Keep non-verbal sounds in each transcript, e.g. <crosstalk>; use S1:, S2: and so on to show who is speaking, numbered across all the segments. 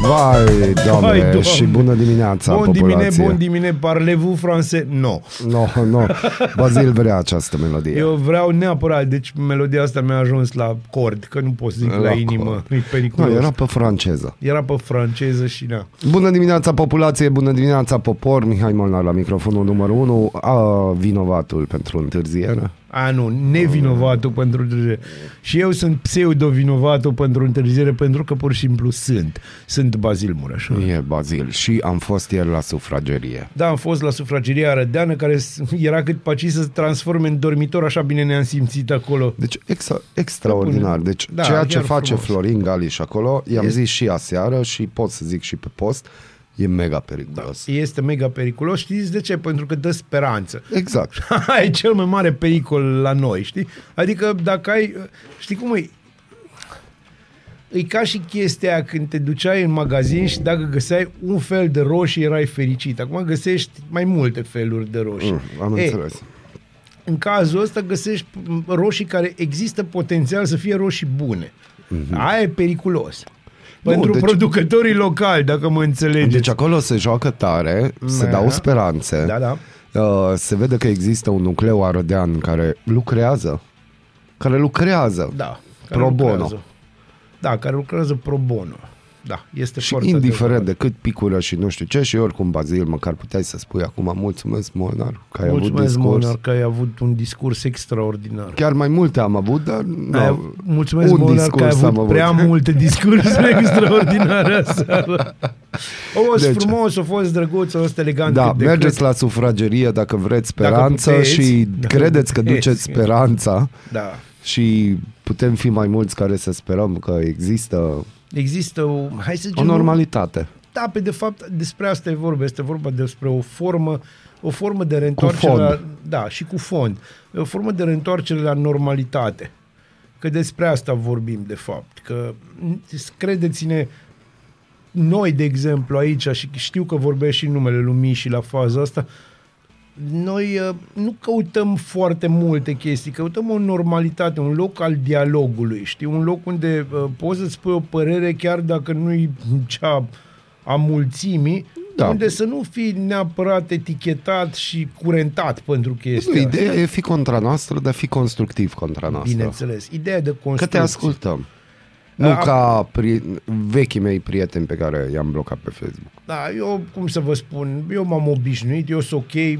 S1: Vai, doamne,
S2: Vai,
S1: Vai,
S2: Doamne.
S1: doamne. și bună dimineața,
S2: Bun dimine,
S1: populație.
S2: bun dimine, parlez-vous français? No.
S1: No, no, Bazil vrea această melodie.
S2: Eu vreau neapărat, deci melodia asta mi-a ajuns la cord, că nu pot să zic la,
S1: La
S2: inimă,
S1: cord.
S2: e
S1: No,
S2: periculos.
S1: era pe franceză.
S2: era pe franceză și na.
S1: Bună dimineața, populație, bună dimineața, popor. Mihai Molnar la microfonul numărul 1, a, vinovatul pentru întârziere.
S2: A, nu, nevinovatul pentru întârziere. Și eu sunt pseudo-vinovatul pentru întârziere, pentru că pur și simplu sunt. Sunt Bazil Mureș.
S1: E Bazil și am fost ieri la sufragerie.
S2: Da, am fost la sufrageria arădeană, care s- era cât paci să se transforme în dormitor, așa bine ne-am simțit acolo.
S1: Deci exa, extraordinar. Deci
S2: Da,
S1: da, ceea ce
S2: chiar
S1: face
S2: frumos.
S1: frumos. Florin Galiș acolo, i-am
S2: Este-
S1: zis și aseară și pot să zic și pe post, e mega periculos.
S2: Este mega periculos, știți de ce? Pentru că dă speranță.
S1: Exact.
S2: Aia <laughs> e cel mai mare pericol la noi, știi? Adică dacă ai... Știi cum e? E ca și chestia aia când te duceai în magazin și dacă găseai un fel de roșii erai fericit. Acum găsești mai multe feluri de roșii.
S1: Mm, am
S2: Ei,
S1: înțeles.
S2: În cazul ăsta găsești m, roșii care există potențial să fie roșii bune. Mm-hmm. Aia e periculos.
S1: Mhm. Nu,
S2: Pentru
S1: deci-
S2: producătorii locali, dacă mă înțelegeți.
S1: Deci acolo se joacă tare, se
S2: Da.
S1: dau speranțe.
S2: Da, da.
S1: Uh, se vede că există un nucleu arădean care lucrează. Care lucrează.
S2: Da. care
S1: Pro bono.
S2: lucrează. Da, care lucrează pro bono. Da, este
S1: Și
S2: foarte
S1: indiferent
S2: adevărat.
S1: de cât picură și nu știu ce și oricum, Bazil, măcar puteai să spui acum mulțumesc, Molnar, că ai avut
S2: Mulțumesc,
S1: discurs.
S2: Molnar, că ai avut un discurs extraordinar.
S1: Chiar mai multe am avut, dar nu.
S2: Ai, av- mulțumesc,
S1: Da, un
S2: Molnar, că
S1: discurs
S2: ai avut,
S1: am avut.
S2: prea
S1: <laughs>
S2: multe discursuri extraordinare aseară. O, fost
S1: Deci-
S2: frumos, a fost drăguț, a fost elegant.
S1: Da,
S2: cât de
S1: mergeți
S2: cât.
S1: la sufragerie dacă vreți
S2: Dacă
S1: speranță
S2: puteți.
S1: și
S2: Dacă
S1: credeți
S2: <laughs>
S1: că
S2: puteți.
S1: duceți speranța
S2: Da.
S1: și putem fi mai mulți care să sperăm că există
S2: Există o, hai să
S1: o
S2: zicem,
S1: normalitate.
S2: Da, pe de fapt, despre asta e vorba. Este vorba despre o formă, o formă de reîntoarcere
S1: fond.
S2: la, da, și cu fond. O formă de reîntoarcere la normalitate. Că despre asta vorbim, de fapt. Că, n- credeți-ne, noi, de exemplu, aici, și știu că vorbesc și în numele lui Mișii la faza asta, noi uh, nu căutăm foarte multe chestii, căutăm o normalitate, un loc al dialogului, știi? Un loc unde uh, poți să-ți spui o părere chiar dacă nu-i cea a mulțimii, da.
S1: Da.
S2: unde să nu fii neapărat etichetat și curentat pentru chestia
S1: Nu,
S2: asta.
S1: ideea e fi contra noastră, dar fi constructiv contra noastră.
S2: Bineînțeles. Da, Ideea de
S1: Că te
S2: construcție.
S1: ascultăm. Nu
S2: A-
S1: ca pri- vechii mei prieteni pe care i-am blocat pe Facebook.
S2: Da, eu, cum să vă spun, eu m-am obișnuit, eu sunt ok. e-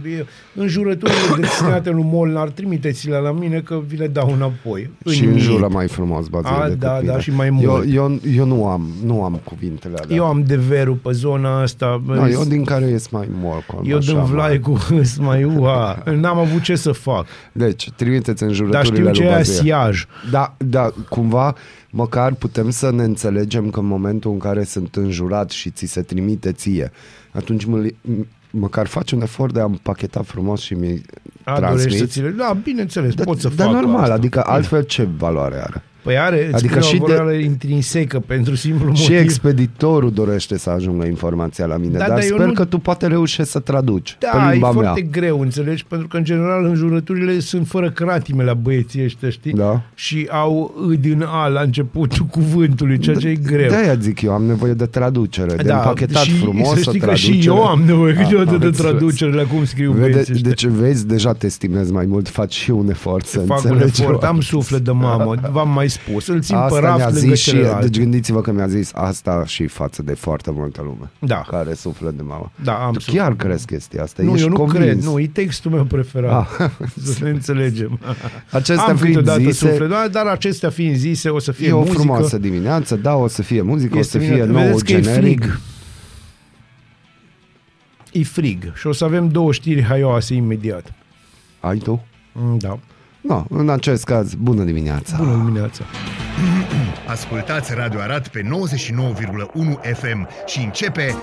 S2: Înjurăturile destinate lui Molnar, trimiteți-le la mine că vi le dau înapoi.
S1: și în
S2: mit.
S1: jură mai frumos, bază
S2: A,
S1: decât
S2: da,
S1: mine.
S2: da, și mai mult.
S1: Eu, eu, eu nu am, nu am cuvintele alea.
S2: Eu am de verul pe zona asta.
S1: no, da. eu din care ies mai morcol.
S2: eu
S1: așa,
S2: dăm
S1: mă.
S2: vlai <laughs> cu îs mai ua. N-am avut ce să fac.
S1: Deci, trimiteți în
S2: Dar
S1: jurăturile
S2: știu ce
S1: lui
S2: e
S1: Bazil.
S2: asiaj.
S1: Da, da, cumva, măcar putem să ne înțelegem că în momentul în care sunt înjurat și ți se trimite ție, atunci mă, li- m- măcar faci un efort de a împacheta frumos și mi
S2: A, dorești să
S1: transmiți.
S2: ți le... Da, bineînțeles,
S1: Dar
S2: pot să
S1: dar
S2: fac
S1: normal,
S2: asta.
S1: adică altfel ce valoare are?
S2: Păi are, îți
S1: Adică
S2: adică și
S1: și
S2: o
S1: de-
S2: valoare intrinsecă pentru simplu motiv.
S1: Și expeditorul dorește să ajungă informația la mine,
S2: Da,
S1: da, dar
S2: dar eu
S1: sper
S2: nu-
S1: că tu poate reușești să traduci
S2: Da,
S1: pe
S2: e
S1: limba mea.
S2: foarte greu, înțelegi? Pentru că, în general, înjurăturile sunt fără cratime la băieții ăștia, știi?
S1: Da.
S2: Și au î din a la începutul cuvântului, ceea ce e greu. Da,
S1: De-aia zic eu, am nevoie de traducere, de împachetat
S2: și
S1: frumos,
S2: să
S1: o
S2: știi că
S1: traducere.
S2: și eu am nevoie câteodată
S1: am
S2: de
S1: înțeles.
S2: traducere la cum scriu
S1: Vede,
S2: băieții ăștia.
S1: deci vezi, deja te stimezi mai mult, faci și un efort să
S2: Fac un
S1: înțelegi.
S2: efort, am suflet de mamă, v-am mai spus. Îl țin pe
S1: Asta mi-a
S2: raft lângă
S1: zis și,
S2: celălalt.
S1: deci gândiți-vă că mi-a zis asta și față de foarte multă lume
S2: Da.
S1: care suflă de mamă.
S2: Da, am
S1: tu
S2: suflet.
S1: chiar crezi chestia asta?
S2: Nu,
S1: Ești
S2: eu nu
S1: convins.
S2: cred, nu, e textul meu preferat. <laughs>
S1: Ah.
S2: Să ne înțelegem.
S1: Acestea
S2: am
S1: fiind
S2: câteodată
S1: zise-
S2: suflet, dar- dar acestea fiind zise, o să fie
S1: E o
S2: muzică.
S1: frumoasă dimineață, da, o să fie muzică,
S2: Este
S1: o să fie
S2: vineri.
S1: nou
S2: Vedeți că e
S1: generic.
S2: frig. E frig și o să avem două știri haioase imediat.
S1: Ai tu?
S2: Mm, Da.
S1: No, în acest caz, bună dimineața.
S2: Bună dimineața.
S3: Ascultați Radio Arad pe 99,1 FM și începe...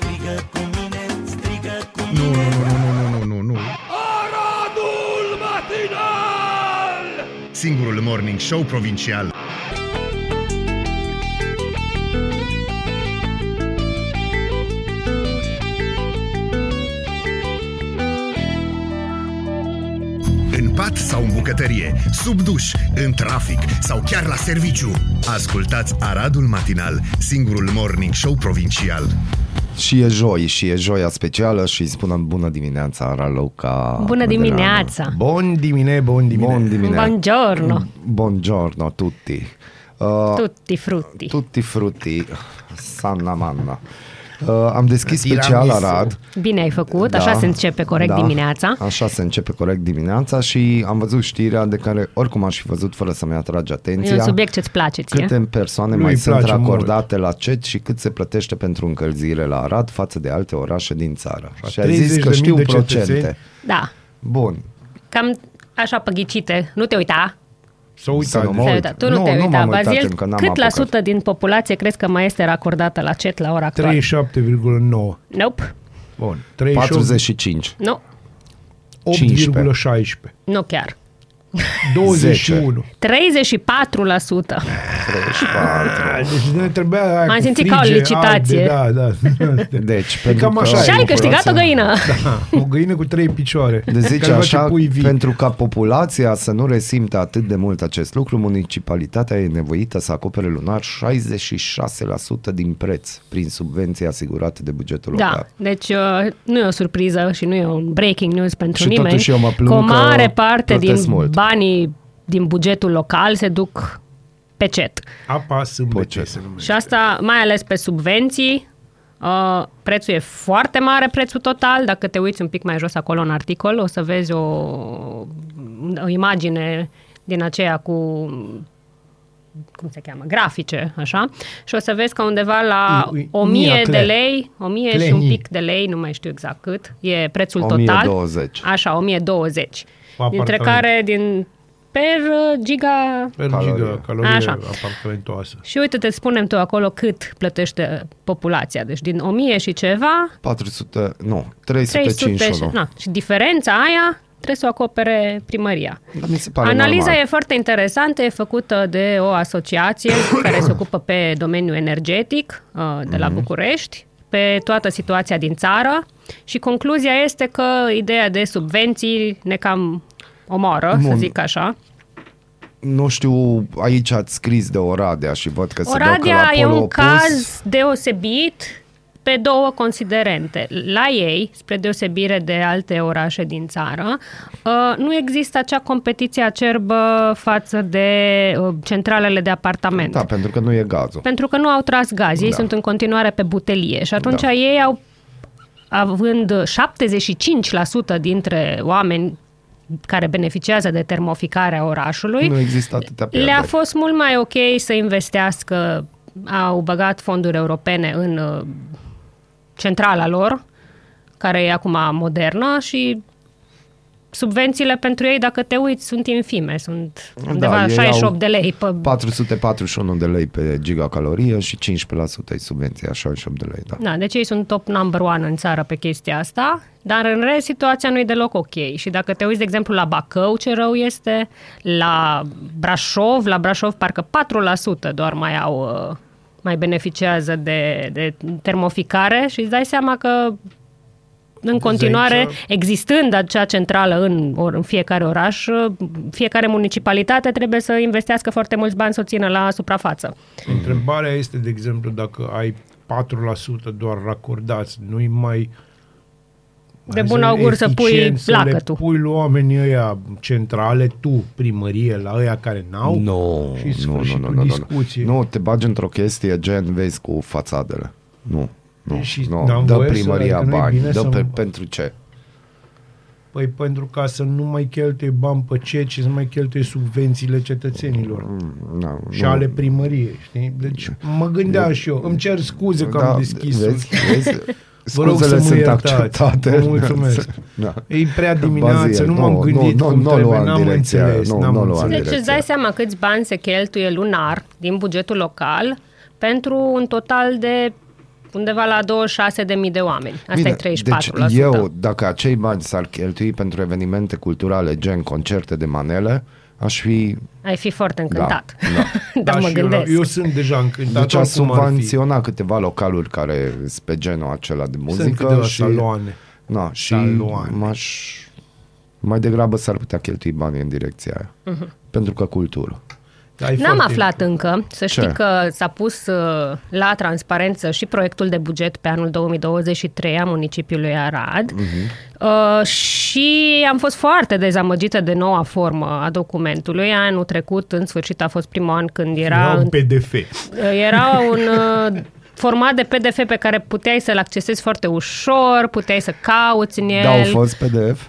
S3: Nu, nu, nu, nu, nu, nu, nu, nu. Singurul morning show provincial. În pat sau în bucătărie, sub duș, în trafic sau chiar la serviciu. Ascultați Aradul Matinal, singurul morning show provincial.
S1: Și e joi, și e joia specială și îi spunem bună dimineața, Araluca.
S4: Bună dimineața!
S2: Bun dimine, bun dimine.
S1: Bun dimineața!
S4: Buongiorno!
S1: Buongiorno tutti! Uh,
S4: Tutti frutti!
S1: tutti frutti, sanna manna. Uh, am deschis special
S2: Tiramisu.
S1: Arad.
S4: Bine ai făcut,
S1: Da.
S4: așa se începe corect dimineața.
S1: Așa se începe corect dimineața și am văzut știrea de care oricum aș fi văzut fără să-mi atrage
S4: E
S1: atenția.
S4: un subiect ce-ți place ție.
S1: Câte persoane
S2: Lui
S1: mai
S2: îi
S1: sunt
S2: place
S1: racordate la CET și cât se plătește pentru încălzire la Arad față de alte orașe din țară. Și ai zis
S2: 30.000
S1: că știu
S2: de
S1: procente.
S2: cetățeni.
S4: Da,
S1: Bun.
S4: cam așa păghicite, nu te uita.
S2: Să uitați.
S1: Să nu mă
S4: Te-ai
S1: uit.
S4: uitat. Tu nu,
S1: Nu,
S4: te-ai
S1: nu
S4: uitat,
S1: m-am uitat
S4: Bazil.
S1: încă, n-am
S4: Cât la
S1: apucat.
S4: sută din populație crezi că mai este racordată la CET la ora actuală?
S2: 37,9.
S4: Nope.
S2: Bun. 38,
S1: 45.
S4: Nu,
S2: 8,16.
S4: nu chiar.
S2: 21.
S4: 34%.
S1: 34.
S2: Ah, Deci ne trebuia aia
S4: M-am
S2: cu
S4: simțit
S2: frige,
S4: ca o licitație.
S2: Albe, da, <laughs> da.
S1: Deci, pentru
S2: cam
S1: că
S2: așa e.
S4: Și ai câștigat o
S1: populația-
S4: găină.
S2: Da. o găină cu trei picioare. <laughs>
S1: De zice
S2: Care face
S1: așa,
S2: pui vii.
S1: pentru ca populația să nu resimtă atât de mult acest lucru, municipalitatea e nevoită să acopere lunar 66% din preț prin subvenții asigurate de bugetul
S4: Da,
S1: local.
S4: deci uh, nu e o surpriză și nu e un breaking news pentru
S1: Și
S4: nimeni.
S1: totuși eu mă plâng
S4: că o
S1: că
S4: mare parte din
S1: plătesc mult.
S4: banii din bugetul local se duc pe cet.
S2: Apa sâmbete
S1: Pocet.
S2: se numește.
S4: Și asta mai ales pe subvenții. Uh, prețul e foarte mare, prețul total. Dacă te uiți un pic mai jos acolo în articol, o să vezi o, o imagine din aceea cu cum se cheamă, grafice, așa, și o să vezi că undeva la
S2: Ui, ui,
S4: 1000
S2: mia,
S4: de
S2: cle.
S4: lei, 1000 și un
S2: Clenii.
S4: pic de lei, nu mai știu exact cât, e prețul total.
S1: 1020.
S4: Așa, 1020.
S2: O
S4: Dintre
S2: apartament.
S4: care, din per uh, giga
S2: Per
S1: Calorie.
S2: giga, calorie
S4: Așa.
S2: apartamentoasă.
S4: și uite, te spunem tu acolo cât plătește populația. Deci din 1000 și ceva,
S1: 400, nu,
S4: 300 și,
S1: 351.
S4: na, și diferența aia trebuie să o acopere primăria.
S1: Dar Da, mi se pare
S4: Analiza
S1: normal.
S4: e foarte interesantă, e făcută de o asociație <coughs> care se ocupă pe domeniul energetic uh, de
S1: Mhm.
S4: la București, pe toată situația din țară și concluzia este că ideea de subvenții ne cam omoară, să
S1: Bun.
S4: zic așa.
S1: Nu știu, aici ați scris de Oradea și văd că se blocă la
S4: Oradea e
S1: polul
S4: un
S1: opus.
S4: caz deosebit pe două considerente. La ei, spre deosebire de alte orașe din țară, uh, nu există acea competiție acerbă față de uh, centralele de apartament.
S1: Da, pentru că nu e gazul.
S4: Pentru că nu au tras gaz, ei
S1: Da.
S4: sunt în continuare pe butelie și atunci
S1: Da.
S4: ei au, având 75% dintre oameni care beneficiază de termoficarea orașului,
S1: Nu există atâtea
S4: le-a
S1: pierderi.
S4: fost mult mai ok să investească, au băgat fonduri europene în uh, centrala lor, care e acum modernă și subvențiile pentru ei, dacă te uiți, sunt infime, sunt undeva
S1: Da, ei
S4: 68
S1: au
S4: de lei pe
S1: 441 de lei pe gigacalorie și 15% e subvenția, 68 de lei, da.
S4: Da, deci ei sunt top number one în țară pe chestia asta, dar în rest situația nu e deloc ok. Și dacă te uiți, de exemplu, la Bacău, ce rău este, la Brașov, la Brașov parcă 4% doar mai au, uh, mai beneficiază de, de termoficare și îți dai seama că în continuare, existând acea centrală în, or, în fiecare oraș, uh, fiecare municipalitate trebuie să investească foarte mulți bani să o țină la suprafață.
S2: Mm-hmm. Întrebarea este, de exemplu, dacă ai 4% doar racordați, nu-i mai...
S4: De
S2: hai
S4: bun
S2: să-
S4: augur să pui
S2: eficient să le
S4: placătul.
S2: pui lui oamenii ăia centrale, tu, primărie, la ăia care n-au
S1: Nu,
S2: și
S1: nu, nu,
S2: sfârșitul
S1: nu, nu, nu.
S2: discuției.
S1: Nu, te bagi într-o chestie gen, vezi, cu fațadele. Nu, nu,
S2: Și
S1: nu.
S2: n-am
S1: Dă
S2: voie să-
S1: primăria
S2: adică nu-i
S1: bani.
S2: bine
S1: Dă
S2: să-
S1: pe, pentru ce?
S2: Păi pentru ca să nu mai cheltuie bani pe ce, ci să nu mai cheltuie subvențiile cetățenilor
S1: Na,
S2: și
S1: nu.
S2: ale primăriei, știi? Deci mă gândeam și eu, îmi cer scuze că am deschis
S1: Da, Vezi, vezi?
S2: <laughs> Vă rog
S1: Scuzele
S2: să mă
S1: sunt
S2: iertați.
S1: acceptate.
S2: Vă mulțumesc.
S1: <laughs> Da.
S2: E prea dimineață, nu m-am
S1: nu,
S2: gândit
S1: nu,
S2: cum
S1: nu
S2: trebuie,
S1: luam
S2: n-am
S1: direcția,
S2: înțeles,
S1: nu,
S2: n-am
S1: nu luam
S2: înțeles.
S1: direcția.
S4: Deci îți dai seama câți bani se cheltuie lunar din bugetul local pentru un total de undeva la 26.000 de oameni. Asta
S1: Bine,
S4: e 34%.
S1: Deci eu, dacă acei bani s-ar cheltui pentru evenimente culturale, gen concerte de manele, aș fi...
S4: Ai fi foarte încântat.
S1: da.
S4: <laughs> Dar mă
S2: și eu,
S4: gândesc.
S2: eu sunt deja încântat.
S1: Deci aș
S2: oricum ar fi.
S1: subvenționa câteva localuri care sunt pe genul acela de
S2: Sunt
S1: muzică
S2: câteva
S1: și...
S2: saloane.
S1: Na, și
S2: Saloane.
S1: m-aș mai degrabă s-ar putea cheltui banii în direcția aia.
S4: Mhm.
S1: Uh-huh. Pentru că cultură.
S2: Ai
S4: N-am
S2: foarte-
S4: aflat încă. Să știi
S1: Ce?
S4: că s-a pus uh, la transparență și proiectul de buget pe anul 2023 a municipiului
S1: Mhm.
S4: Arad uh, și am fost foarte dezamăgită de noua formă a documentului. Anul trecut, în sfârșit, a fost primul an când era
S2: Era
S4: în
S2: un PDF.
S4: Era un uh, format de PDF pe care puteai să-l accesezi foarte ușor, puteai să cauți în el.
S2: Da,
S1: Dar Da, au fost PDF?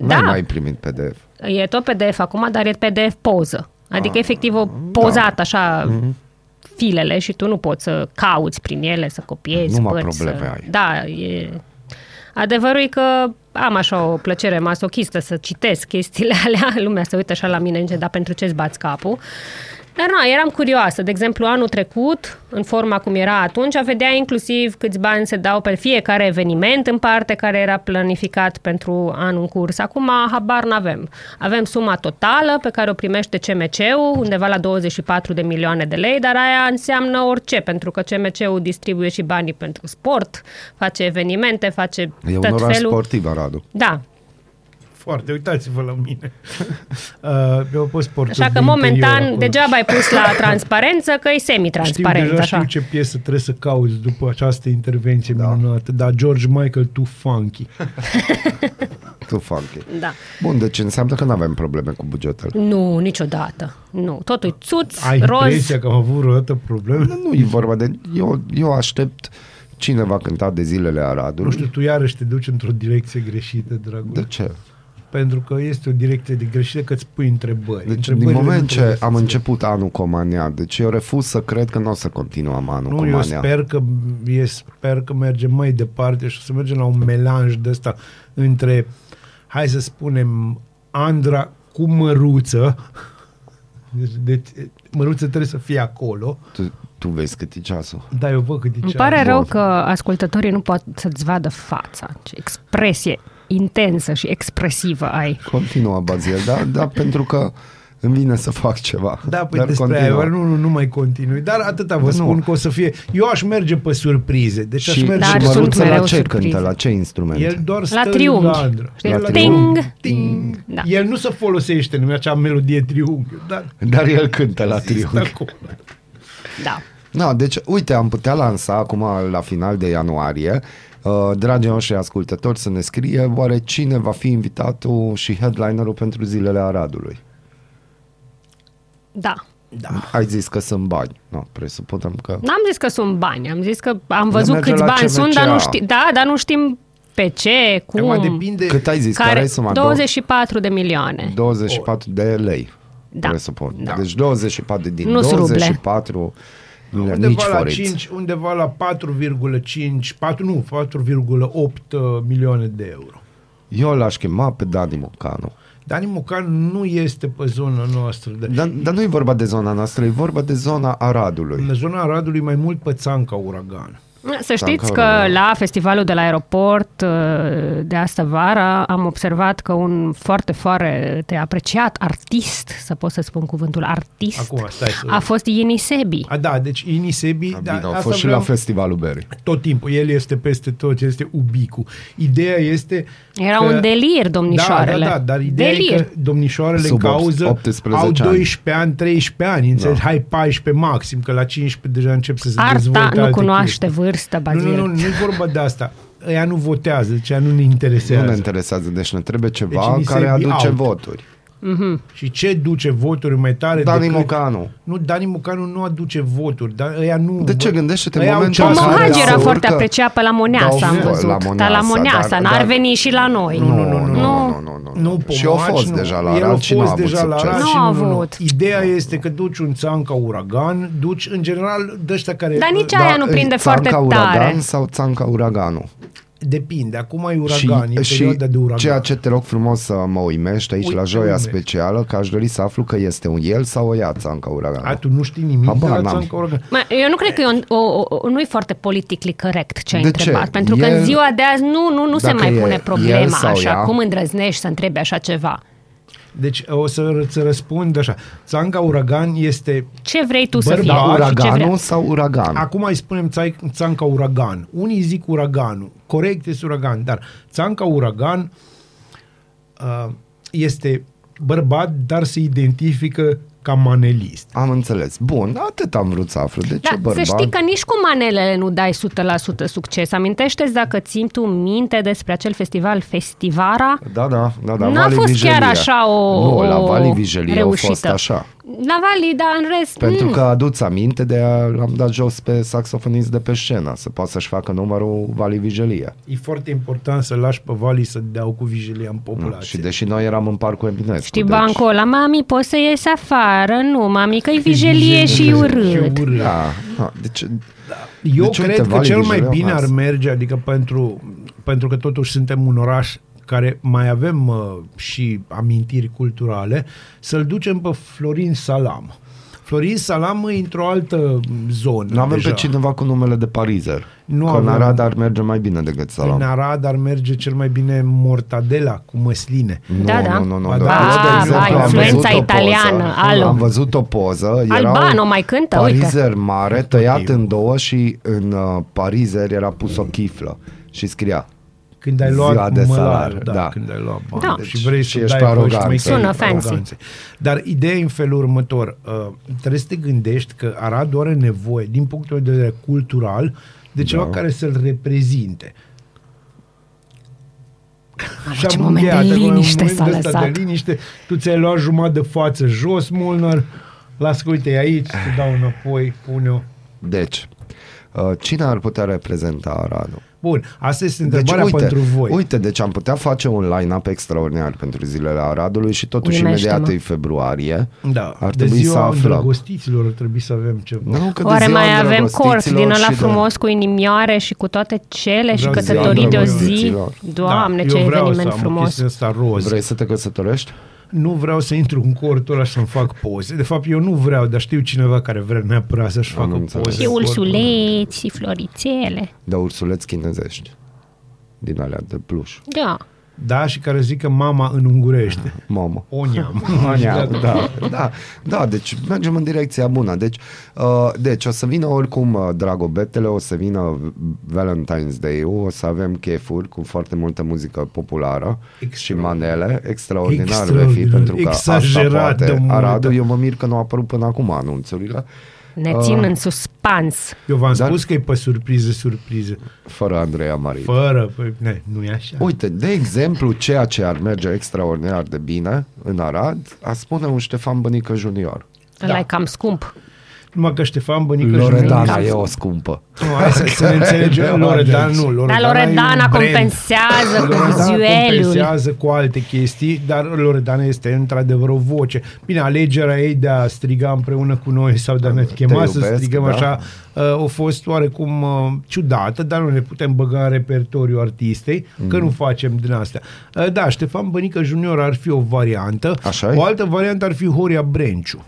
S1: N-ai
S4: Da.
S1: mai primit PDF.
S4: E tot PDF acum, dar e PDF poză. Adică
S1: Ah,
S4: efectiv o
S1: da.
S4: pozat așa
S1: Mhm.
S4: filele și tu nu poți să cauți prin ele, să copiezi.
S1: Numai
S4: părți,
S1: probleme
S4: să...
S1: ai.
S4: Da, e... Adevărul e că am așa o plăcere masochistă să citesc chestiile <laughs> alea. Lumea se uită așa la mine și zice, dar pentru ce-ți bați capul? Dar nu, eram curioasă. De exemplu, anul trecut, în forma cum era atunci, vedea inclusiv câți bani se dau pe fiecare eveniment în parte care era planificat pentru anul în curs. Acum, habar n-avem. Avem suma totală pe care o primește CMC-ul, undeva la 24 de milioane de lei, dar aia înseamnă orice, pentru că CMC-ul distribuie și banii pentru sport, face evenimente, face
S1: E un
S4: tot
S1: oraș
S4: felul.
S1: sportiv, Aradu.
S4: Da,
S2: <laughs> Foarte, uitați-vă la <laughs> mine. Uh, eu pot sport.
S4: așa că momentan degeaba ai pus la transparență, că e
S2: Știu,
S4: semi-transparent.
S2: deja
S4: așa.
S2: știu ce piesă trebuie să cauți după această intervenție da. minunată, dar George Michael, tu funky.
S1: Tu funky.
S4: Da.
S1: Bun, deci înseamnă că nu avem probleme cu bugetul.
S4: Nu, niciodată. Nu. Totul e țuț,
S2: Ai
S4: roz.
S2: impresia că am avut vreodată probleme?
S1: Nu e vorba de... Eu, eu aștept cine va cânta de zilele Aradului.
S2: Nu știu, tu iarăși te duci într-o direcție greșită, dragul.
S1: De ce?
S2: Pentru că este o direcție de greșită că îți pui
S1: Deci
S2: întrebări.
S1: din
S2: Întrebările nu
S1: moment
S2: trebuie
S1: ce
S2: să
S1: am
S2: ți-
S1: început anul Comania, deci eu refuz să cred că nu o să continuăm anul
S2: Nu, eu
S1: Comania.
S2: sper că, eu sper că mergem mai departe și o să mergem la un melanj de ăsta între, hai să spunem, Andra cu măruță. Deci, deci măruță trebuie să fie acolo.
S1: Tu, tu vezi cât e ceasul.
S2: Da, eu văd cât e
S4: Îmi
S2: ceasul.
S4: pare rău că ascultătorii nu pot să-ți vadă fața. Ce expresie intensă și expresivă ai.
S1: Continuă, Bazil, da, da, <laughs> pentru că îmi vine să fac ceva.
S2: Da, păi
S1: Dar
S2: despre
S1: continuă.
S2: aia, nu, nu, nu mai continui, dar atâta vă
S1: Nu.
S2: spun că o să fie, eu aș merge pe surprize, deci aș
S1: Și,
S2: merge
S4: Dar
S1: și
S4: sunt
S1: măruță la
S4: mereu
S1: ce
S4: surprize.
S1: cântă, la ce instrument?
S2: El doar stă
S4: La
S2: în
S4: triunghi.
S2: Landra.
S4: Știi?
S1: La
S2: El
S1: Ting!
S2: triunghi. Ting.
S4: Da.
S2: El nu se folosește numai acea melodie triunghiul, dar
S1: Dar el cântă la
S2: există
S1: triunghi.
S2: acolo.
S4: Da.
S1: Da, deci, uite, am putea lansa acum, la final de ianuarie, uh, dragii noștri ascultători, să ne scrie oare cine va fi invitatul și headlinerul pentru zilele Aradului.
S4: Da.
S1: Da. Ai zis că sunt bani. Nu, presupunem că...
S4: N-am zis că sunt bani, am zis că am văzut
S1: merge
S4: câți
S1: la
S4: bani
S1: CVCA.
S4: sunt, dar nu, ști, da, dar nu știm pe ce, cum.
S2: Acum depinde...
S1: Cât ai zis? Care, care e suma?
S4: 24 de milioane.
S1: 24 de lei.
S4: Da.
S1: Presupun.
S4: Da.
S1: Deci 24 din
S4: Nu sunt ruble.
S1: 24... Nu, nici
S2: Undeva la,
S1: forex.
S2: 5, undeva la 4,5, 4, nu, 4,8 uh, milioane de euro.
S1: Eu l-aș chema pe Dani Mocanu.
S2: Dani Mocan nu este pe zona noastră. De...
S1: Dar, dar nu e vorba de zona noastră, e vorba de zona Aradului.
S2: În zona Aradului mai mult pe țanca uragan.
S4: Să știți
S1: Tanca
S4: că
S1: română.
S4: la festivalul de la aeroport uh, de astă vară am observat că un foarte, foarte apreciat artist, să pot să spun cuvântul artist,
S2: Acum, stai să-
S4: a fost Inisebi.
S2: A, da, deci Inisebi... Da,
S1: Bine, au
S2: asta
S1: fost și la
S2: vreau-
S1: festivalul Berry.
S2: tot timpul, el este peste tot, este ubicu. Ideea este
S4: Era un delir, domnișoarele.
S2: Da, da, da, dar ideea
S4: Delir.
S2: e că domnișoarele
S1: Sub
S2: în cauză
S1: 18
S2: au
S1: ani. Da.
S2: 12 ani, 13 ani, înțelegi? Hai 14 maxim, că la 15 deja încep să se
S4: Arta
S2: dezvolte
S4: nu
S2: alte
S4: cunoaște
S2: chestii.
S4: vârstă, Bazil.
S2: Nu, nu, nu, nu e vorba de asta. Ea nu votează, deci ea nu ne
S1: Nu
S2: interesează.
S1: ne interesează, deci ne trebuie ceva
S2: Deci ni se
S1: care aduce
S2: out.
S1: voturi.
S2: și ce duce voturi mai tare
S1: Dani
S2: decât...
S1: Mocanu.
S2: Nu, Dani Mocanu nu aduce voturi, dar ăia nu...
S1: De ce? Gândește-te în
S2: Ăia au
S1: momentul
S2: ceas-
S1: în care
S4: Mohager
S1: se
S4: era
S1: urcă-
S4: foarte apreciat pe la Moneasa,
S1: Da,
S4: am
S1: la
S4: văzut. dar la
S1: Moneasa,
S4: Moneasa,
S1: dar-
S4: n-ar
S1: dar-
S4: veni și la noi.
S1: Nu, nu, nu, nu, nu, nu, nu.
S2: Pomaci,
S1: Și au fost deja la
S2: El
S1: Arad
S2: a
S1: și nu
S2: fost
S1: a avut
S2: deja la
S1: succes.
S2: Arad
S4: Nu
S2: și
S4: a
S2: nu,
S4: avut.
S2: Nu. Ideea este că duci un țan ca uragan, duci în general de ăștia care...
S4: Dar nici aia nu
S1: e
S4: prinde
S1: țanca
S4: foarte tare.
S1: uragan sau țanca uraganul?
S2: Depinde, acum e uragan, e
S1: și
S2: perioada de uragan.
S1: ceea ce te rog frumos să mă uimești aici
S2: Uite
S1: la Joia
S2: unde.
S1: Specială, că aș dori să aflu că este un el sau o ea țanca uragan.
S2: A, tu nu știi nimic
S1: Habar
S2: de la
S1: n-am.
S2: țan ca uragan.
S4: Mă, Eu nu cred că e un- o, o, o, nu e foarte politically correct ce ai
S1: De
S4: întrebat,
S1: ce?
S4: pentru că
S1: El-
S4: în ziua de azi nu, nu, nu se
S1: Dacă
S4: mai
S1: e
S4: pune
S1: el
S4: problema
S1: sau
S4: așa.
S1: ea?
S4: Cum îndrăznești să întrebi așa ceva?
S2: Deci o să îți răspund așa. Țanca uragan este
S4: Ce vrei tu să
S2: Bărbat,
S4: fii?
S1: da,
S4: și ce vrei?
S1: uraganul sau uragan?
S2: Acum îi spunem țai- țanca uragan. Unii zic uraganul. Corect este uragan, dar țanca uragan uh, este bărbat, dar se identifică ca manelist.
S1: Am înțeles. Bun, atât am vrut să aflu. De ce
S4: Da, să
S1: bărbat?
S4: știi că nici cu manelele nu dai 100% succes. Amintește-ți dacă țin tu minte despre acel festival Festivara?
S1: Da, da, da, da.
S4: N-a
S1: Vali
S4: fost
S1: Vigelie.
S4: chiar așa o-
S1: Nu, la
S4: o
S1: Vali Vigelie
S4: reușită.
S1: a fost așa.
S4: La Vali, da, în rest...
S1: Pentru
S4: mm.
S1: că aduți aminte de a, l-am dat jos pe saxofonist de pe scenă, să poată să-și facă numărul Vali Vigelie.
S2: E foarte important să lași pe valii să deau cu vigilia în populație.
S1: Mm, Și deși noi eram în Parcul Eminescu. deci-
S4: Știi bancul ăla, mami, poți să iesi afară? Nu, mami, că-i vijelie și urât.
S2: Și urât. Da.
S1: Da, da, deci,
S2: Eu
S1: Deci,
S2: cred
S1: uite,
S2: că
S1: Valii
S2: cel mai
S1: Vigilia
S2: bine
S1: au
S2: ar
S1: mers.
S2: merge, adică pentru, pentru că totuși suntem un oraș care mai avem uh, și amintiri culturale, să-l ducem pe Florin Salam. Florin Salam e într-o altă zonă.
S1: nu avem
S2: deja.
S1: pe cineva cu numele de parizer.
S2: Nu
S1: Nu Că
S2: avem.
S1: în Arad ar merge mai bine decât Salam.
S2: În Arad ar merge cel mai bine mortadela cu măsline.
S1: Nu,
S4: Da, da.
S1: Nu, nu, nu,
S2: Ba
S1: nu.
S2: da.
S1: Eu, de
S2: Ah,
S1: exemplu,
S2: ba,
S1: am văzut
S2: influența
S1: o poză.
S4: italiană, alo.
S1: Am văzut o poză. Era
S4: Albano
S1: un
S4: mai cântă, uite.
S1: parizer mare, tăiat în două și în uh, parizer era pus o chiflă și scria
S2: Când ai luat
S1: Ziua de
S2: mălar,
S1: salar, da.
S2: da,
S1: Deci
S2: când ai luat bani
S4: Da.
S2: și vrei
S1: Și
S2: să
S1: ești
S2: dai
S1: pe
S2: bă,
S1: aroganță.
S2: și mai
S4: Sună
S2: chemi pe
S4: fancy.
S2: aroganțe. Dar ideea e în felul următor. Uh, trebuie să te gândești că Aradul are nevoie, din punctul de vedere cultural, de ceva
S1: Da.
S2: care să-l reprezinte.
S4: Mamă,
S2: Și
S4: ce
S2: am
S4: moment de
S2: încheiat. Acum, în
S4: liniște s-a
S2: momentul ăsta
S4: lăsat.
S2: De liniște, tu ți-ai luat jumătate de față jos, Molnar, las că uite e aici, te dau înapoi, pune-o.
S1: Deci, uh, cine ar putea reprezenta Aradul? Deci,
S2: Bun, asta este întrebarea
S1: uite,
S2: pentru voi.
S1: Uite, deci am putea face un line-up extraordinar pentru zilele Aradului și totuși
S4: Uimește-mă.
S1: imediat e februarie.
S2: Da,
S1: Ar
S2: de
S1: trebui
S2: ziua
S1: să aflăm.
S2: îndrăgostiților ar trebui să avem ceva.
S1: Nu, că de
S4: Oare
S1: ziua
S4: mai avem corp
S1: îndrăgostiților
S4: din ăla
S1: și de-
S4: frumos cu inimioare și cu toate cele și
S2: Vreau ziua
S4: căsătorii de o zi?
S1: îndrăgostiților.
S4: Doamne,
S2: Da, eu
S4: ce
S2: vreau
S4: eveniment
S2: să am o
S4: frumos!
S2: chestie asta roz.
S1: Vrei să te căsătorești?
S2: Nu vreau să intru în cortul ăla să-mi fac poze. De fapt, eu nu vreau, dar știu cineva care vrea neapărat să-și
S1: Am
S2: facă
S1: înțeles.
S2: poze.
S4: Și
S2: în cortul ăla.
S4: ursuleți, și florițele.
S1: De Da, ursuleți chinezești. Din alea de pluș.
S4: Da.
S2: Da, și care zic că mama în ungurește.
S1: Mamă. <laughs>
S2: Oniam.
S1: Manea, da, da, da, deci mergem în direcția bună. Deci, uh, deci o să vină oricum uh, Dragobetele, o să vină Valentine's Day-ul, o să avem chefuri cu foarte multă muzică populară și
S2: Extraordinar.
S1: manele, extraordinar
S2: Extraordinar.
S1: va fi, pentru că
S2: Exagerat
S1: asta
S2: de
S1: poate
S2: mult.
S1: Aradul. Eu mă mir că nu au apărut până acum anunțurile,
S4: Ne țin în suspans.
S2: Eu v-am
S1: Dar-
S2: spus că e pe surpriză, surpriză.
S1: fără Andreea Marin.
S2: Fără, păi, ne, nu e așa.
S1: Uite, de exemplu, ceea ce ar merge extraordinar de bine în Arad, a spune un Ștefan Bănică Junior.
S4: Ăla e cam scump.
S2: Numai că Ștefan
S1: <laughs>
S2: Bănică
S1: Loredana Da,
S2: și
S1: e o scumpă.
S2: Nu, hai să, să ne înțelegem. Loredana nu.
S4: Dar
S2: Loredana, e
S4: Loredana
S2: un brand.
S1: Da,
S4: compensează cu
S2: Loredana
S4: vizuelul.
S2: compensează cu alte chestii, dar Loredana este într-adevăr o voce. Bine, alegerea ei de a striga împreună cu noi sau de a ne chema să
S1: iubesc,
S2: strigăm
S1: da.
S2: așa, uh, a fost oarecum uh, ciudată, dar nu ne putem băga în repertoriul artistei,
S1: Mm.
S2: că nu facem din astea. Uh, Da, Ștefan Bănică Junior ar fi o variantă.
S1: Așa e?
S2: O altă variantă ar fi Horia Brenciu.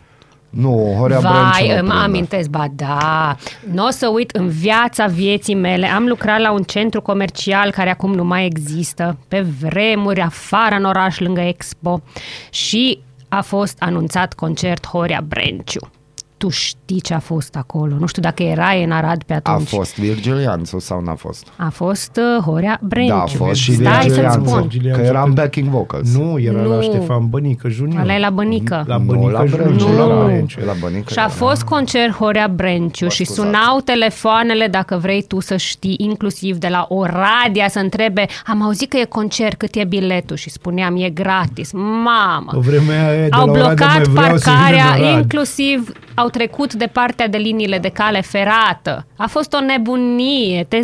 S1: Nu, Horea Brenciu
S4: Vai,
S1: o
S4: îmi
S1: prinde.
S4: amintesc, ba da, nu o să uit în viața vieții mele. Am lucrat la un centru comercial care acum nu mai există, pe vremuri, afară în oraș, lângă Expo și a fost anunțat concert Horia Brenciu. Tu știi ce a fost acolo, nu știu dacă erai în Arad pe
S1: A
S4: atunci.
S1: fost Virgilianțu sau n-a fost?
S4: A fost uh, Horia Brenciu.
S1: Da, a fost și
S4: Stai să-ți spun.
S1: Virgilianțu, că
S2: Virgilianțu
S1: era în
S2: când-
S1: backing vocals.
S2: Nu, era
S4: Nu.
S2: la Ștefan Bănică Junior.
S4: Ăla e la Bănică.
S2: La
S1: Nu,
S2: Bănică
S1: la Brenciu,
S2: Junior.
S4: era.
S2: La Brenciu.
S1: La Bănică.
S4: Și a
S1: era.
S4: fost concert Horea Brenciu și
S1: scuzați.
S4: sunau telefoanele, dacă vrei tu să știi, inclusiv de la Oradea să întrebe, am auzit că e concert, cât e biletul? Și spuneam, e gratis,
S2: Pe
S4: mamă!
S2: vremea aia de
S4: Au
S2: la Oradea mai
S4: blocat
S2: vreau să vin în
S4: parcarea,
S2: Arad.
S4: inclusiv au trecut de partea de liniile de cale ferată. A fost o nebunie. Te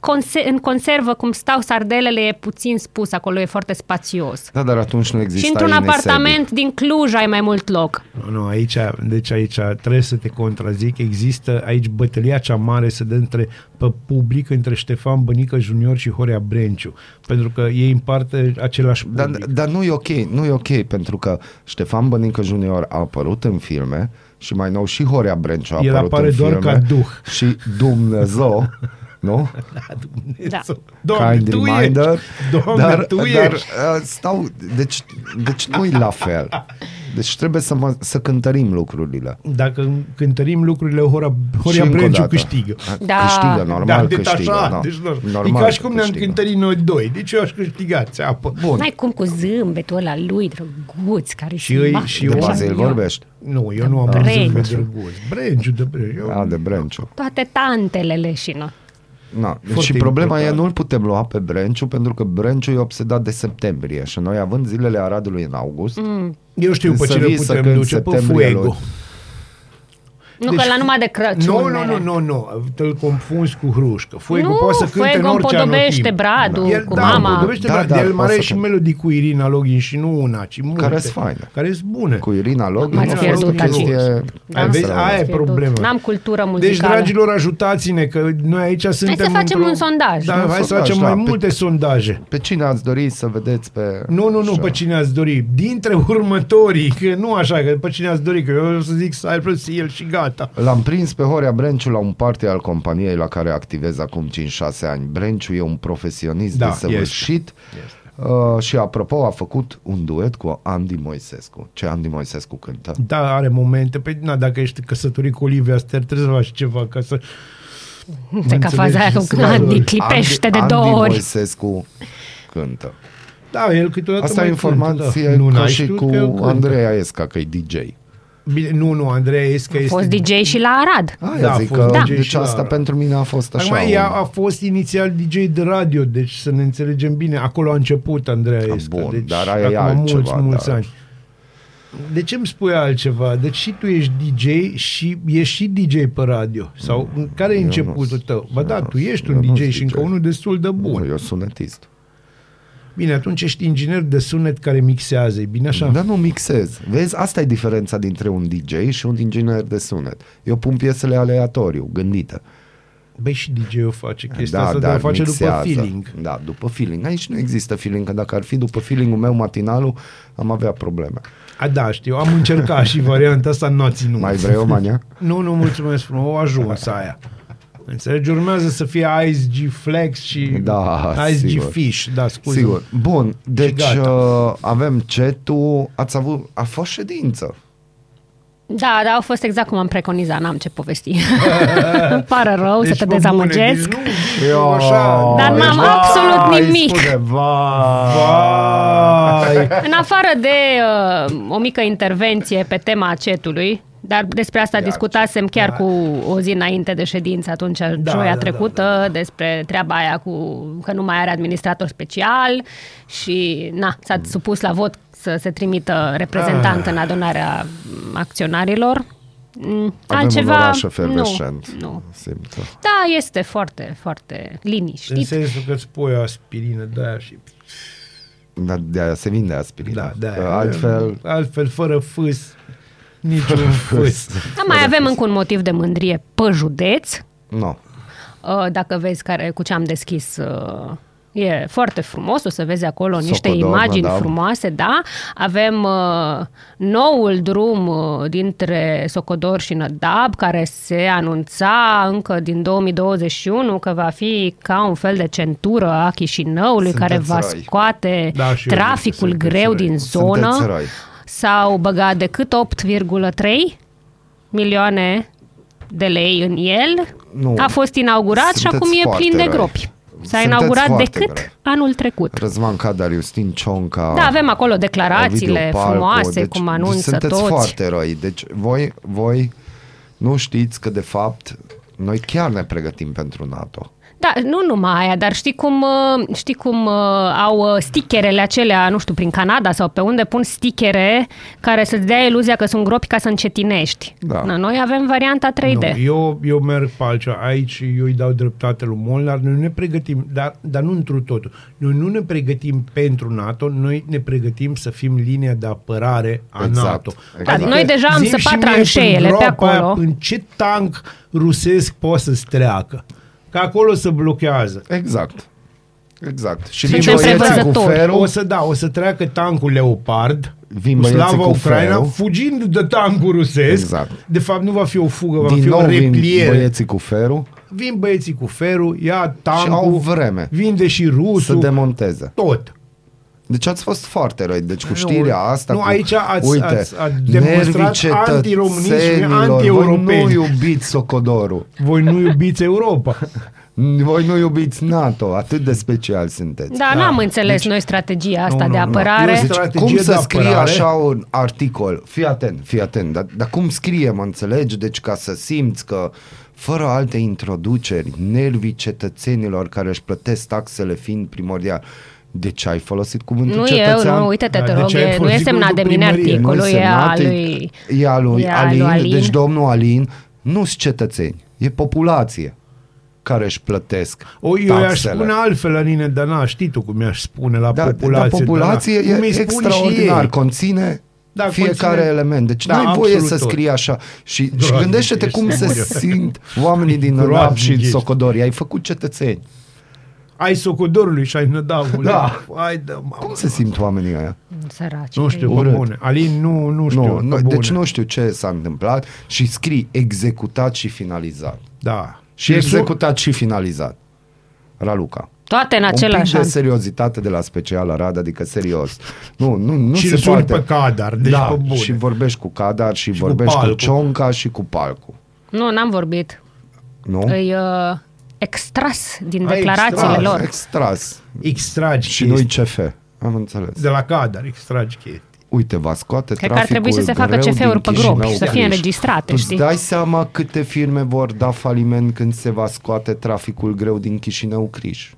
S4: conse- în conservă cum stau sardelele e puțin spus, acolo e foarte spațios.
S1: Da, dar atunci nu exista
S4: Și într-un
S1: Inesebi.
S4: apartament din Cluj ai mai mult loc.
S2: Nu, nu, aici, deci aici trebuie să te contrazic. Există aici bătălia cea mare se dă între, pe public între Ștefan Bănică Junior și Horea Brenciu, pentru că ei împarte același
S1: Dar,
S2: public. Da,
S1: dar nu e ok, nu e ok, pentru că Ștefan Bănică Junior a apărut în filme și mai nou și Horea Brenciu a
S2: El
S1: apărut
S2: apare
S1: în
S2: doar
S1: filme
S2: ca duh. <laughs>
S1: Și Dumnezeu nu?
S2: Da, Dumnezeu. <laughs>
S4: Da.
S2: Doamne,
S1: Kind
S2: tu
S1: reminder.
S2: ești. Doamne,
S1: dar,
S2: tu
S1: dar
S2: ești.
S1: uh, stau, deci, deci nu e la fel. Deci trebuie să, mă, să cântărim lucrurile.
S2: Dacă cântărim lucrurile, Hora,
S1: Și
S2: Horia
S1: încă o
S2: Brenciu
S1: dată.
S2: câștigă.
S4: Da.
S1: Câștigă, normal
S2: deci
S1: câștigă.
S2: așa,
S1: da.
S2: deci nu-
S1: normal
S2: e ca și cum
S1: că
S2: ne-am
S1: câștigă.
S2: cântărit noi doi. Deci eu aș câștiga țeapă.
S1: Bun,
S4: N-ai cum cu zâmbetul ăla lui, drăguț, care
S2: Și îi- și
S1: de
S2: eu-
S1: Bazil vorbești?
S2: Nu, eu nu am
S4: Brenciu.
S2: văzut pe drăguț. Brenciu de Brenciu. Eu-
S1: A, de Brenciu.
S4: Toate tantele leșină.
S1: Na. deci
S2: Foarte
S1: Și problema e,
S2: important.
S1: nu-l putem lua pe Brenciu, pentru că Brenciu e obsedat de septembrie și noi, având zilele Aradului în august, mm.
S2: Eu știu pe
S1: Să
S2: cine
S1: vii să
S2: putem
S1: cânti
S2: duce, pe
S1: septembrie
S2: Fuego.
S1: luni.
S4: Nu
S2: Deci-
S4: că la numai de Crăciun.
S2: Nu, nu,
S4: era.
S2: nu, nu, nu, te-l confunzi cu Hrușcă. Fuego
S4: Nu,
S2: poate să cânte
S4: Fuego
S2: în orice
S4: împodobește
S2: anotimp.
S4: Bradu
S2: El,
S4: cu
S2: da,
S4: mama.
S2: Împodobește
S1: Da,
S2: Bradu.
S1: da,
S2: El
S1: poate
S2: mai are
S1: să
S2: și
S1: cânte.
S2: melodii cu Irina Login și nu una, ci multe.
S1: Care-s faine.
S2: Care-s bune.
S1: cu Irina Login
S4: M-ați
S1: a fost o
S4: pierdut aici.
S1: chestie...
S4: Da.
S2: Ai vezi?
S1: extraordinară.
S2: Aia e problema.
S4: N-am cultură
S2: Deci,
S4: muzicală.
S2: dragilor, ajutați-ne că noi aici suntem
S4: să facem
S2: într-o-
S4: un sondaj.
S2: Da,
S4: Un
S2: hai să
S1: sondaj,
S2: facem
S1: da,
S2: mai
S1: pe-
S2: multe sondaje.
S1: Pe cine ați dori să vedeți pe...
S2: Nu, nu, nu,
S1: Așa.
S2: pe cine ați dori. Dintre următorii, că nu așa, că pe cine ați dori, că eu o să zic Cypress Hill și gata.
S1: L-am prins pe Horea Brenciu la un party al companiei la care activez acum 5-6 ani. Brenciu e un profesionist
S2: Da,
S1: da, desăvârșit uh, și, apropo, a făcut un duet cu Andy Moisescu. Ce Andy Moisescu cântă?
S2: Da, are momente. Păi, na, dacă ești căsătorit cu Olivia Ster, trebuie să faci ceva ca să...
S4: Uite că faza aia
S2: Înțelegi?
S4: cu Andy clipește de
S1: Andy,
S4: două
S1: Andy
S4: ori.
S1: Moisescu cântă.
S2: Da, el câteodată
S1: Asta e
S2: mai cântă,
S1: informație
S2: da. Nu,
S1: ca
S2: n-ai
S1: și
S2: știut
S1: cu
S2: că el cântă.
S1: Andreea Esca, că e DJ.
S2: Bine, nu, nu, Andreea Esca
S4: A
S2: este...
S4: fost DJ și la Arad.
S1: Aia
S2: Da,
S1: da,
S2: a
S1: zic
S2: fost
S1: că,
S2: DJ și
S1: deci
S2: la-
S1: asta pentru mine a fost așa.
S2: Acum, ea
S1: un-
S2: a fost inițial DJ de radio, deci să ne înțelegem bine. Acolo a început Andreea Esca.
S1: bun,
S2: deci,
S1: dar aia e
S2: acum
S1: altceva,
S2: mulți, mulți
S1: da.
S2: ani. De ce îmi spui altceva? Deci și tu ești DJ și ești și DJ pe radio. Sau mm, care e
S1: eu
S2: începutul
S1: nu-s-
S2: tău? Ba
S1: eu
S2: da,
S1: nu-s-
S2: tu ești
S1: eu
S2: un
S1: nu-s
S2: DJ și
S1: DJ.
S2: încă unul destul de bun.
S1: Nu, eu sunetist.
S2: Bine, atunci ești inginer de sunet care mixează, e bine așa?
S1: Dar nu mixez. Vezi, asta e diferența dintre un DJ și un inginer de sunet. Eu pun piesele aleatoriu, gândite.
S2: Băi, și DJ-ul face chestia Deci asta, dar
S1: dar
S2: o face după
S1: Da, mixează.
S2: feeling.
S1: Da, după feeling. Aici nu există feeling, că dacă ar fi după feeling-ul meu matinalul, am avea probleme.
S2: A, da, știu, am încercat și varianta asta, n-a ținut.
S1: Mai
S2: <laughs>
S1: vrei o mania?
S2: Nu, nu, mulțumesc frumos, au ajuns aia. Înțelegi? Urmează să fie Ice G Flex și
S1: Da,
S2: Ice G
S1: sigur.
S2: Fish, da, scuze.
S1: Sigur. Bun, deci
S2: gata.
S1: uh, avem cetul, ați avut, a fost ședință.
S4: Da, dar au fost exact cum am preconizat, n-am ce povesti.
S2: <laughs>
S4: Îmi pare rău să te
S2: pe
S4: dezamăgesc.
S2: Deci Bune, deci nu, așa, deci da,
S4: Dar
S1: Vai,
S4: n-am
S1: vai,
S4: absolut nimic.
S1: Spune, vai.
S2: Vai.
S4: În afară de uh, o mică intervenție pe tema acetului, dar despre asta discutasem chiar cu o zi înainte de ședință, atunci, da, joia
S2: da,
S4: trecută, da, da, da. despre treaba aia cu că nu mai are administrator special și na, s-a supus la vot să se trimită reprezentant
S2: Ah.
S4: în adunarea m, acționarilor. Mm,
S1: Avem
S4: Altceva,
S1: un oraș
S4: nu,
S1: efervescent.
S4: nu.
S1: Simt.
S4: Da, este foarte, foarte
S2: În
S4: liniștit.
S2: sensul că îți pui o aspirină de aia și...
S1: Dar de-aia se vinde aspirină.
S2: Da, de
S1: Că
S2: aia.
S1: Altfel,
S2: Altfel, fără fâs, niciun fâs.
S4: Da, mai avem încă un motiv de mândrie pe județ,
S1: nu.
S4: Uh, dacă vezi care, cu ce am deschis uh, E foarte frumos, o să vezi acolo niște
S1: Socodorna,
S4: imagini
S1: da.
S4: frumoase, da. Avem uh, noul drum uh, dintre Socodor și Nădab, care se anunța încă din 2021 că va fi ca un fel de centură a Chișinăului,
S1: Sunteți
S4: care va
S1: răi.
S4: scoate
S2: Da, și eu zic că
S4: traficul
S2: sunteți
S4: greu
S2: răi.
S4: din
S1: Sunteți
S4: zonă.
S1: răi.
S4: S-au băgat decât 8,3 milioane de lei în el.
S1: Nu.
S4: A fost inaugurat și
S1: Sunteți
S4: acum e
S1: foarte
S4: plin de
S1: răi.
S4: gropi. S-a
S1: Sunteți
S4: inaugurat
S1: foarte
S4: decât
S1: răi.
S4: anul trecut.
S1: Răzvan Cadar, Justin Cionca...
S4: Da, avem acolo declarațiile
S1: Ovidiu Palco, deci
S4: frumoase, cum anunță
S1: sunteți
S4: toți.
S1: foarte răi. Deci voi, voi nu știți că de fapt noi chiar ne pregătim pentru NATO.
S4: Da, nu numai aia, dar știi cum, uh, știi cum uh, au uh, stickerele acelea, nu știu, prin Canada sau pe unde pun stickere care să-ți dea iluzia că sunt gropi ca să încetinești.
S1: Da.
S4: Na, Noi avem varianta 3D.
S2: Nu, eu, eu merg pe altceva. Aici eu îi dau dreptate lui Molnar. Noi ne pregătim, dar, dar nu întru totul. Noi nu ne pregătim pentru NATO, noi ne pregătim să fim linia de apărare a
S1: Exact,
S2: NATO. Adică
S1: exact.
S4: Noi deja am
S2: zim
S4: săpat
S2: și mie
S4: tranșeele
S2: prin
S4: pe
S2: groapa
S4: acolo.
S2: Aia, în ce tank rusesc poți să-ți treacă? Că acolo se blochează.
S1: Exact. Exact. Și
S4: Suntem
S1: vin băieții cu
S4: prevăzători.
S1: ferul,
S2: O să, da, o să treacă tancul Leopard
S1: Vin
S2: cu
S1: băieții
S2: slava
S1: cu
S2: Ucraina,
S1: ferul.
S2: fugind de tancul rusesc.
S1: Exact.
S2: De fapt, nu va fi o fugă, va
S1: din
S2: fi
S1: nou
S2: o
S1: vin
S2: repliere.
S1: băieții cu ferul
S2: Vin băieții cu ferul, ia
S1: și au
S2: tancul,
S1: vreme
S2: vinde și
S1: să
S2: rusul,
S1: demonteze.
S2: tot.
S1: Deci ați fost foarte răi. Deci cu
S2: Nu,
S1: știrea asta
S2: nu,
S1: cu,
S2: aici ați-
S1: uite,
S2: ați- ați demonstrat
S1: nervii cetățenilor,
S2: antiromânism și
S1: Voi nu
S2: antieuropeni.
S1: iubiți Socodorul.
S2: Voi nu iubiți Europa.
S1: Voi nu iubiți NATO. Atât de special sunteți.
S4: Dar Da, n-am înțeles noi strategia asta
S2: nu,
S4: de
S2: nu.
S4: apărare.
S2: Eu
S1: Deci,
S2: strategie
S1: cum
S2: de
S1: să scrie
S2: apărare?
S1: așa un articol? Fii atent, fii atent. Dar, dar cum scrie, mă înțelegi? Deci ca să simți că fără alte introduceri, nervii cetățenilor care își plătesc taxele fiind primordial. De ce ai folosit cuvântul
S4: Nu eu,
S1: cetățean?
S4: nu, uite-te,
S2: Da,
S4: te
S2: de
S4: rog,
S2: ce ai
S4: e- nu e
S2: folosit
S4: semnat de
S2: cuvântul
S4: mine
S2: primărie?
S1: Nu
S4: articolul, e a
S1: semnat,
S4: lui...
S1: E a lui
S4: e a
S1: Alin, Alin,
S4: lui Alin.
S1: deci domnul Alin nu sunt cetățeni, e populație care își plătesc
S2: O, eu
S1: taxele.
S2: i-aș spune altfel, Aline, dar na, știi tu cum i-aș spune la populație.
S1: da, populație
S2: dar na, cum îi
S1: e
S2: spun și
S1: extraordinar,
S2: ei.
S1: conține
S2: Da,
S1: da, fiecare
S2: conține-
S1: element. Deci
S2: Da,
S1: n-ai voie
S2: absolut
S1: să
S2: tot.
S1: scrii așa. Și, și
S2: Groaznic,
S1: gândește-te
S2: ești
S1: cum se
S2: groaznic.
S1: simt oamenii din
S2: Groaznic
S1: Nădab și
S2: ești.
S1: Socodori. Ai făcut cetățeni.
S2: Ai socodorului și ai nădavului.
S1: Da.
S2: Ai de mamă.
S1: Cum se simt oamenii ăia?
S4: Săraci.
S2: Nu știu, pe
S1: Urât.
S2: bune. Alin, nu, nu știu,
S1: Nu,
S2: pe
S1: nu,
S2: bune.
S1: deci nu știu ce s-a întâmplat și scrii executat și finalizat.
S2: Da.
S1: Și
S2: Deci
S1: executat și finalizat. Raluca.
S4: Toate în
S1: un pic
S4: același
S1: de
S4: an.
S1: seriozitate de la special Arad, adică serios. Nu, nu, nu
S2: nu- Și
S1: se
S2: îl suni
S1: poate.
S2: pe cadar, deci
S1: da,
S2: pe bune.
S1: și vorbești cu Cadar și,
S2: cu
S1: vorbești cu,
S2: Palcu.
S1: Cionca și cu Palcu.
S4: Nu, n-am vorbit.
S1: Nu?
S4: Îi uh, extras din
S2: Da. Ai
S4: declarațiile
S2: extras,
S4: lor.
S1: extras.
S2: Extragi
S1: Și
S2: chestii.
S1: nu-i CF. Am înțeles.
S2: De la cadar extragi chestii.
S1: Uite, va scoate
S4: Cred că ar trebui să se facă CF-uri pe gropi și să fie înregistrate,
S1: Tu
S4: știi?
S1: dai seama câte firme vor da faliment când se va scoate traficul greu din Chișinău-Criș?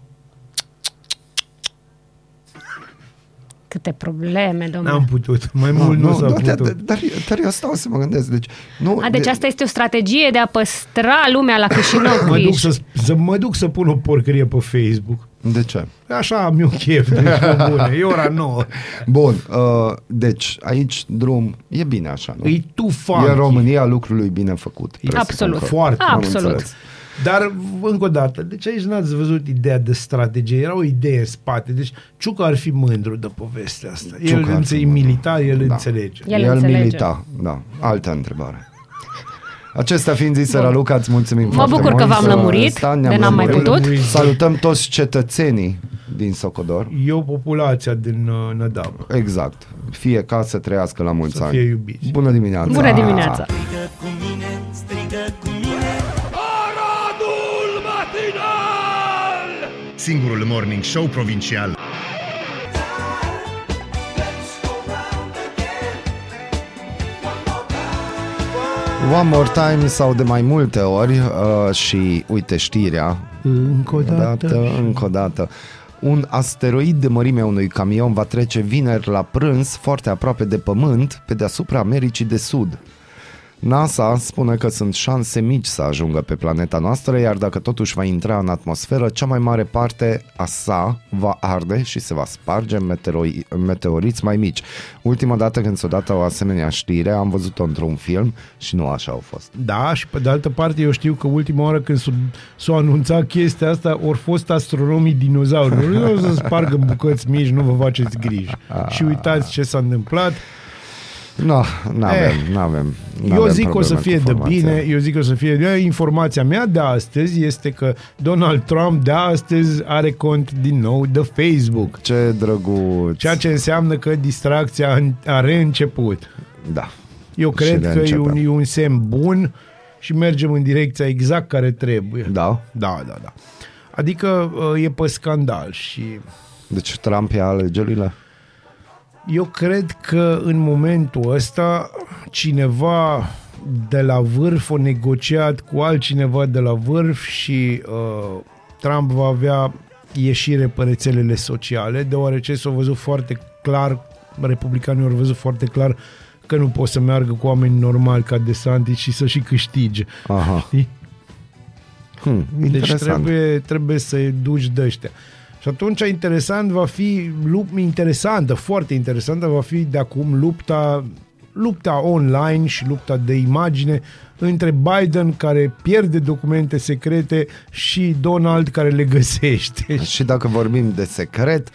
S4: Câte probleme,
S2: N-am
S4: domnule.
S2: putut, mai mult Ah, nu, s-a
S1: dar,
S2: putut.
S1: dar, dar eu stau să mă gândesc. Deci, nu,
S4: A, deci
S1: de-
S4: asta este o strategie de a păstra
S2: <coughs>
S4: lumea la Chișinău,
S2: Mă duc
S4: Criș.
S2: să, să, mă duc să pun o porcărie pe Facebook.
S1: De ce?
S2: Așa am eu chef, deci pe bune, e ora nouă.
S1: Bun, uh, deci aici drum e bine așa, nu?
S2: E tu
S1: E
S2: funky.
S1: România lucrului bine făcut. presupun
S4: Absolut.
S1: că
S2: Foarte.
S1: am
S4: Absolut.
S1: înțeles.
S2: Dar, încă o dată, deci aici n-ați văzut ideea de strategie, era o idee în spate. Deci, Ciucă ar fi mândru de povestea asta.
S1: Ciucă ar
S2: El
S1: fi
S2: înțe- e
S1: mândru.
S2: militar, el
S1: Da.
S2: înțelege.
S4: El
S1: El, El
S4: înțelege.
S1: milita, da. Altă întrebare. Acesta fiind zis, Raluca, îți mulțumim
S4: Mă
S1: foarte
S4: bucur că
S1: mult.
S4: v-am
S1: Uh,
S4: lămurit,
S1: Stan, ne-am
S4: de n-am mai
S1: lămurit.
S4: putut.
S1: Salutăm toți cetățenii din Socodor.
S2: Eu, populația din uh, Nădavă.
S1: Exact. Fie ca să trăiască la mulți
S2: Să
S1: ani.
S2: fie iubiți.
S1: Bună dimineața!
S2: Da.
S4: Bună dimineața!
S5: Strigă cu mine, strigă cu mine
S3: Singurul morning show provincial.
S1: One more time sau de mai multe ori uh, și uite știrea
S2: Încă
S1: Da.
S2: o dată.
S1: dată, încă o dată. Un asteroid de mărimea unui camion va trece vineri la prânz foarte aproape de Pământ, pe deasupra Americii de Sud. NASA spune că sunt șanse mici să ajungă pe planeta noastră, iar dacă totuși va intra în atmosferă, cea mai mare parte a sa va arde și se va sparge în meteoroi- în meteoriți mai mici. Ultima dată când s-a dat o asemenea știre, am văzut-o într-un film și nu așa au fost.
S2: Da, și pe de altă parte eu știu că ultima oară când s-a s-o anunțat chestia asta, au fost astronomii dinozaurilor. Nu o să spargă în bucăți mici, nu vă faceți griji.
S1: Ah.
S2: Și uitați ce s-a întâmplat.
S1: Nu, n-avem,
S2: Eh,
S1: n-avem.
S2: Eu
S1: n-avem
S2: zic că o să
S1: probleme cu
S2: fie de
S1: formația.
S2: bine, eu zic că o să fie de bine. Informația mea de astăzi este că Donald Trump de astăzi are cont din nou de Facebook.
S1: Ce drăguț.
S2: Ceea ce înseamnă că distracția a în- a reînceput.
S1: Da.
S2: Eu
S1: Și
S2: cred că e
S1: reîncepem.
S2: un, e un semn bun și mergem în direcția exact care trebuie.
S1: Da?
S2: Da, da, da. Adică uh, e pe scandal și
S1: Deci Trump ia alegerile?
S2: eu cred că în momentul ăsta cineva de la vârf a negociat cu altcineva de la vârf și uh, Trump va avea ieșire pe rețelele sociale, deoarece s-au văzut foarte clar, republicanii au văzut foarte clar că nu pot să meargă cu oameni normali ca DeSantis și să și câștige.
S1: Aha.
S2: Știi?
S1: Hmm,
S2: Deci
S1: interesant.
S2: trebuie, trebuie să duci de ăștia. Și atunci interesant va fi lup, interesantă, foarte interesantă va fi de acum lupta lupta online și lupta de imagine între Biden care pierde documente secrete și Donald care le găsește. <laughs>
S1: Și dacă vorbim de secret,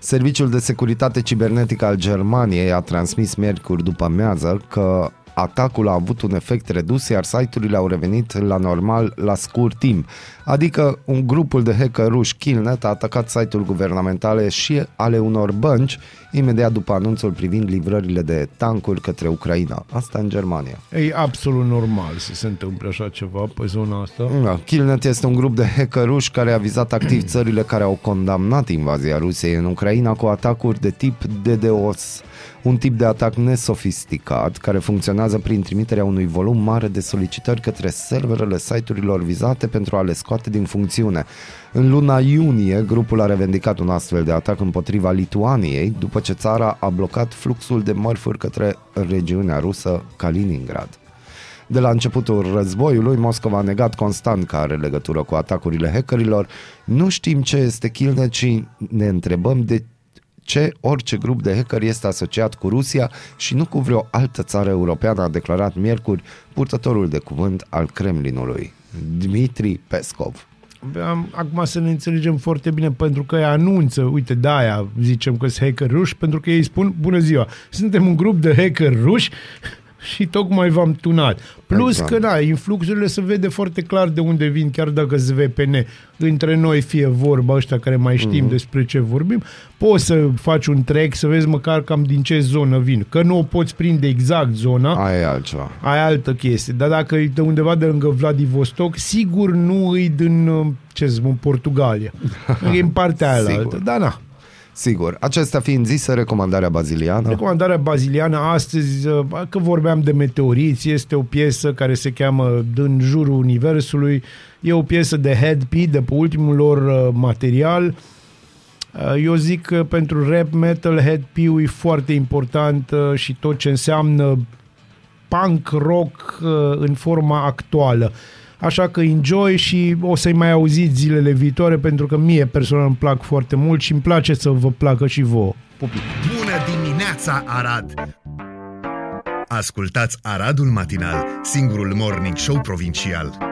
S1: Serviciul de Securitate Cibernetică al Germaniei a transmis miercuri după amiază că atacul a avut un efect redus, iar site-urile au revenit la normal la scurt timp. Adică un grupul de hacker ruși Killnet a atacat site-uri guvernamentale și ale unor bănci imediat după anunțul privind livrările de tancuri către Ucraina. Asta în Germania.
S2: E absolut normal să se întâmple așa ceva pe zona asta.
S1: Da, Killnet este un grup de hackeruși care a vizat activ țările care au condamnat invazia Rusiei în Ucraina cu atacuri de tip DDoS, un tip de atac nesofisticat care funcționează prin trimiterea unui volum mare de solicitări către serverele site-urilor vizate pentru a le scoate din funcțiune. În luna iunie, grupul a revendicat un astfel de atac împotriva Lituaniei, după ce țara a blocat fluxul de mărfuri către regiunea rusă Kaliningrad. De la începutul războiului, Moscova a negat constant că are legătură cu atacurile hackerilor. Nu știm ce este Killnet și ne întrebăm de ce orice grup de hacker este asociat cu Rusia și nu cu vreo altă țară europeană, a declarat miercuri purtătorul de cuvânt al Kremlinului, Dmitri Peskov.
S2: Am, acum să ne înțelegem foarte bine pentru că ei anunță, uite, de aia zicem că sunt hacker ruși, pentru că ei spun, bună ziua, suntem un grup de hacker ruși <laughs> și tocmai v-am tunat. Plus
S1: Exact.
S2: exact. că, da, influxurile se vede foarte clar de unde vin, chiar dacă ZVPN, între noi fie vorba ăștia care mai știm mm-hmm. despre ce vorbim, poți să faci un trec să vezi măcar cam din ce zonă vin. Că nu o poți prinde exact zona,
S1: Aia e altceva.
S2: Aia e altă chestie. Dar dacă e de undeva de lângă Vladivostok, sigur nu e din, uh, ce să spun, Portugalia. e în partea aia
S1: Sigur.
S2: altă. Da, na.
S1: Sigur, acesta fiind zisă, recomandarea baziliană.
S2: Recomandarea baziliană astăzi, uh, că vorbeam de meteoriți, este o piesă care se cheamă În jurul universului. E o piesă de Head P, de pe ultimul lor uh, material. Uh, Eu zic că pentru rap metal Head P e foarte important uh, și tot ce înseamnă punk rock uh, în forma actuală. Așa că enjoy și o să-i mai auziți zilele viitoare pentru că mie personal îmi plac foarte mult și îmi place să vă placă și vouă. Pupic!
S3: Bună dimineața, Arad! Ascultați Aradul Matinal, singurul morning show provincial.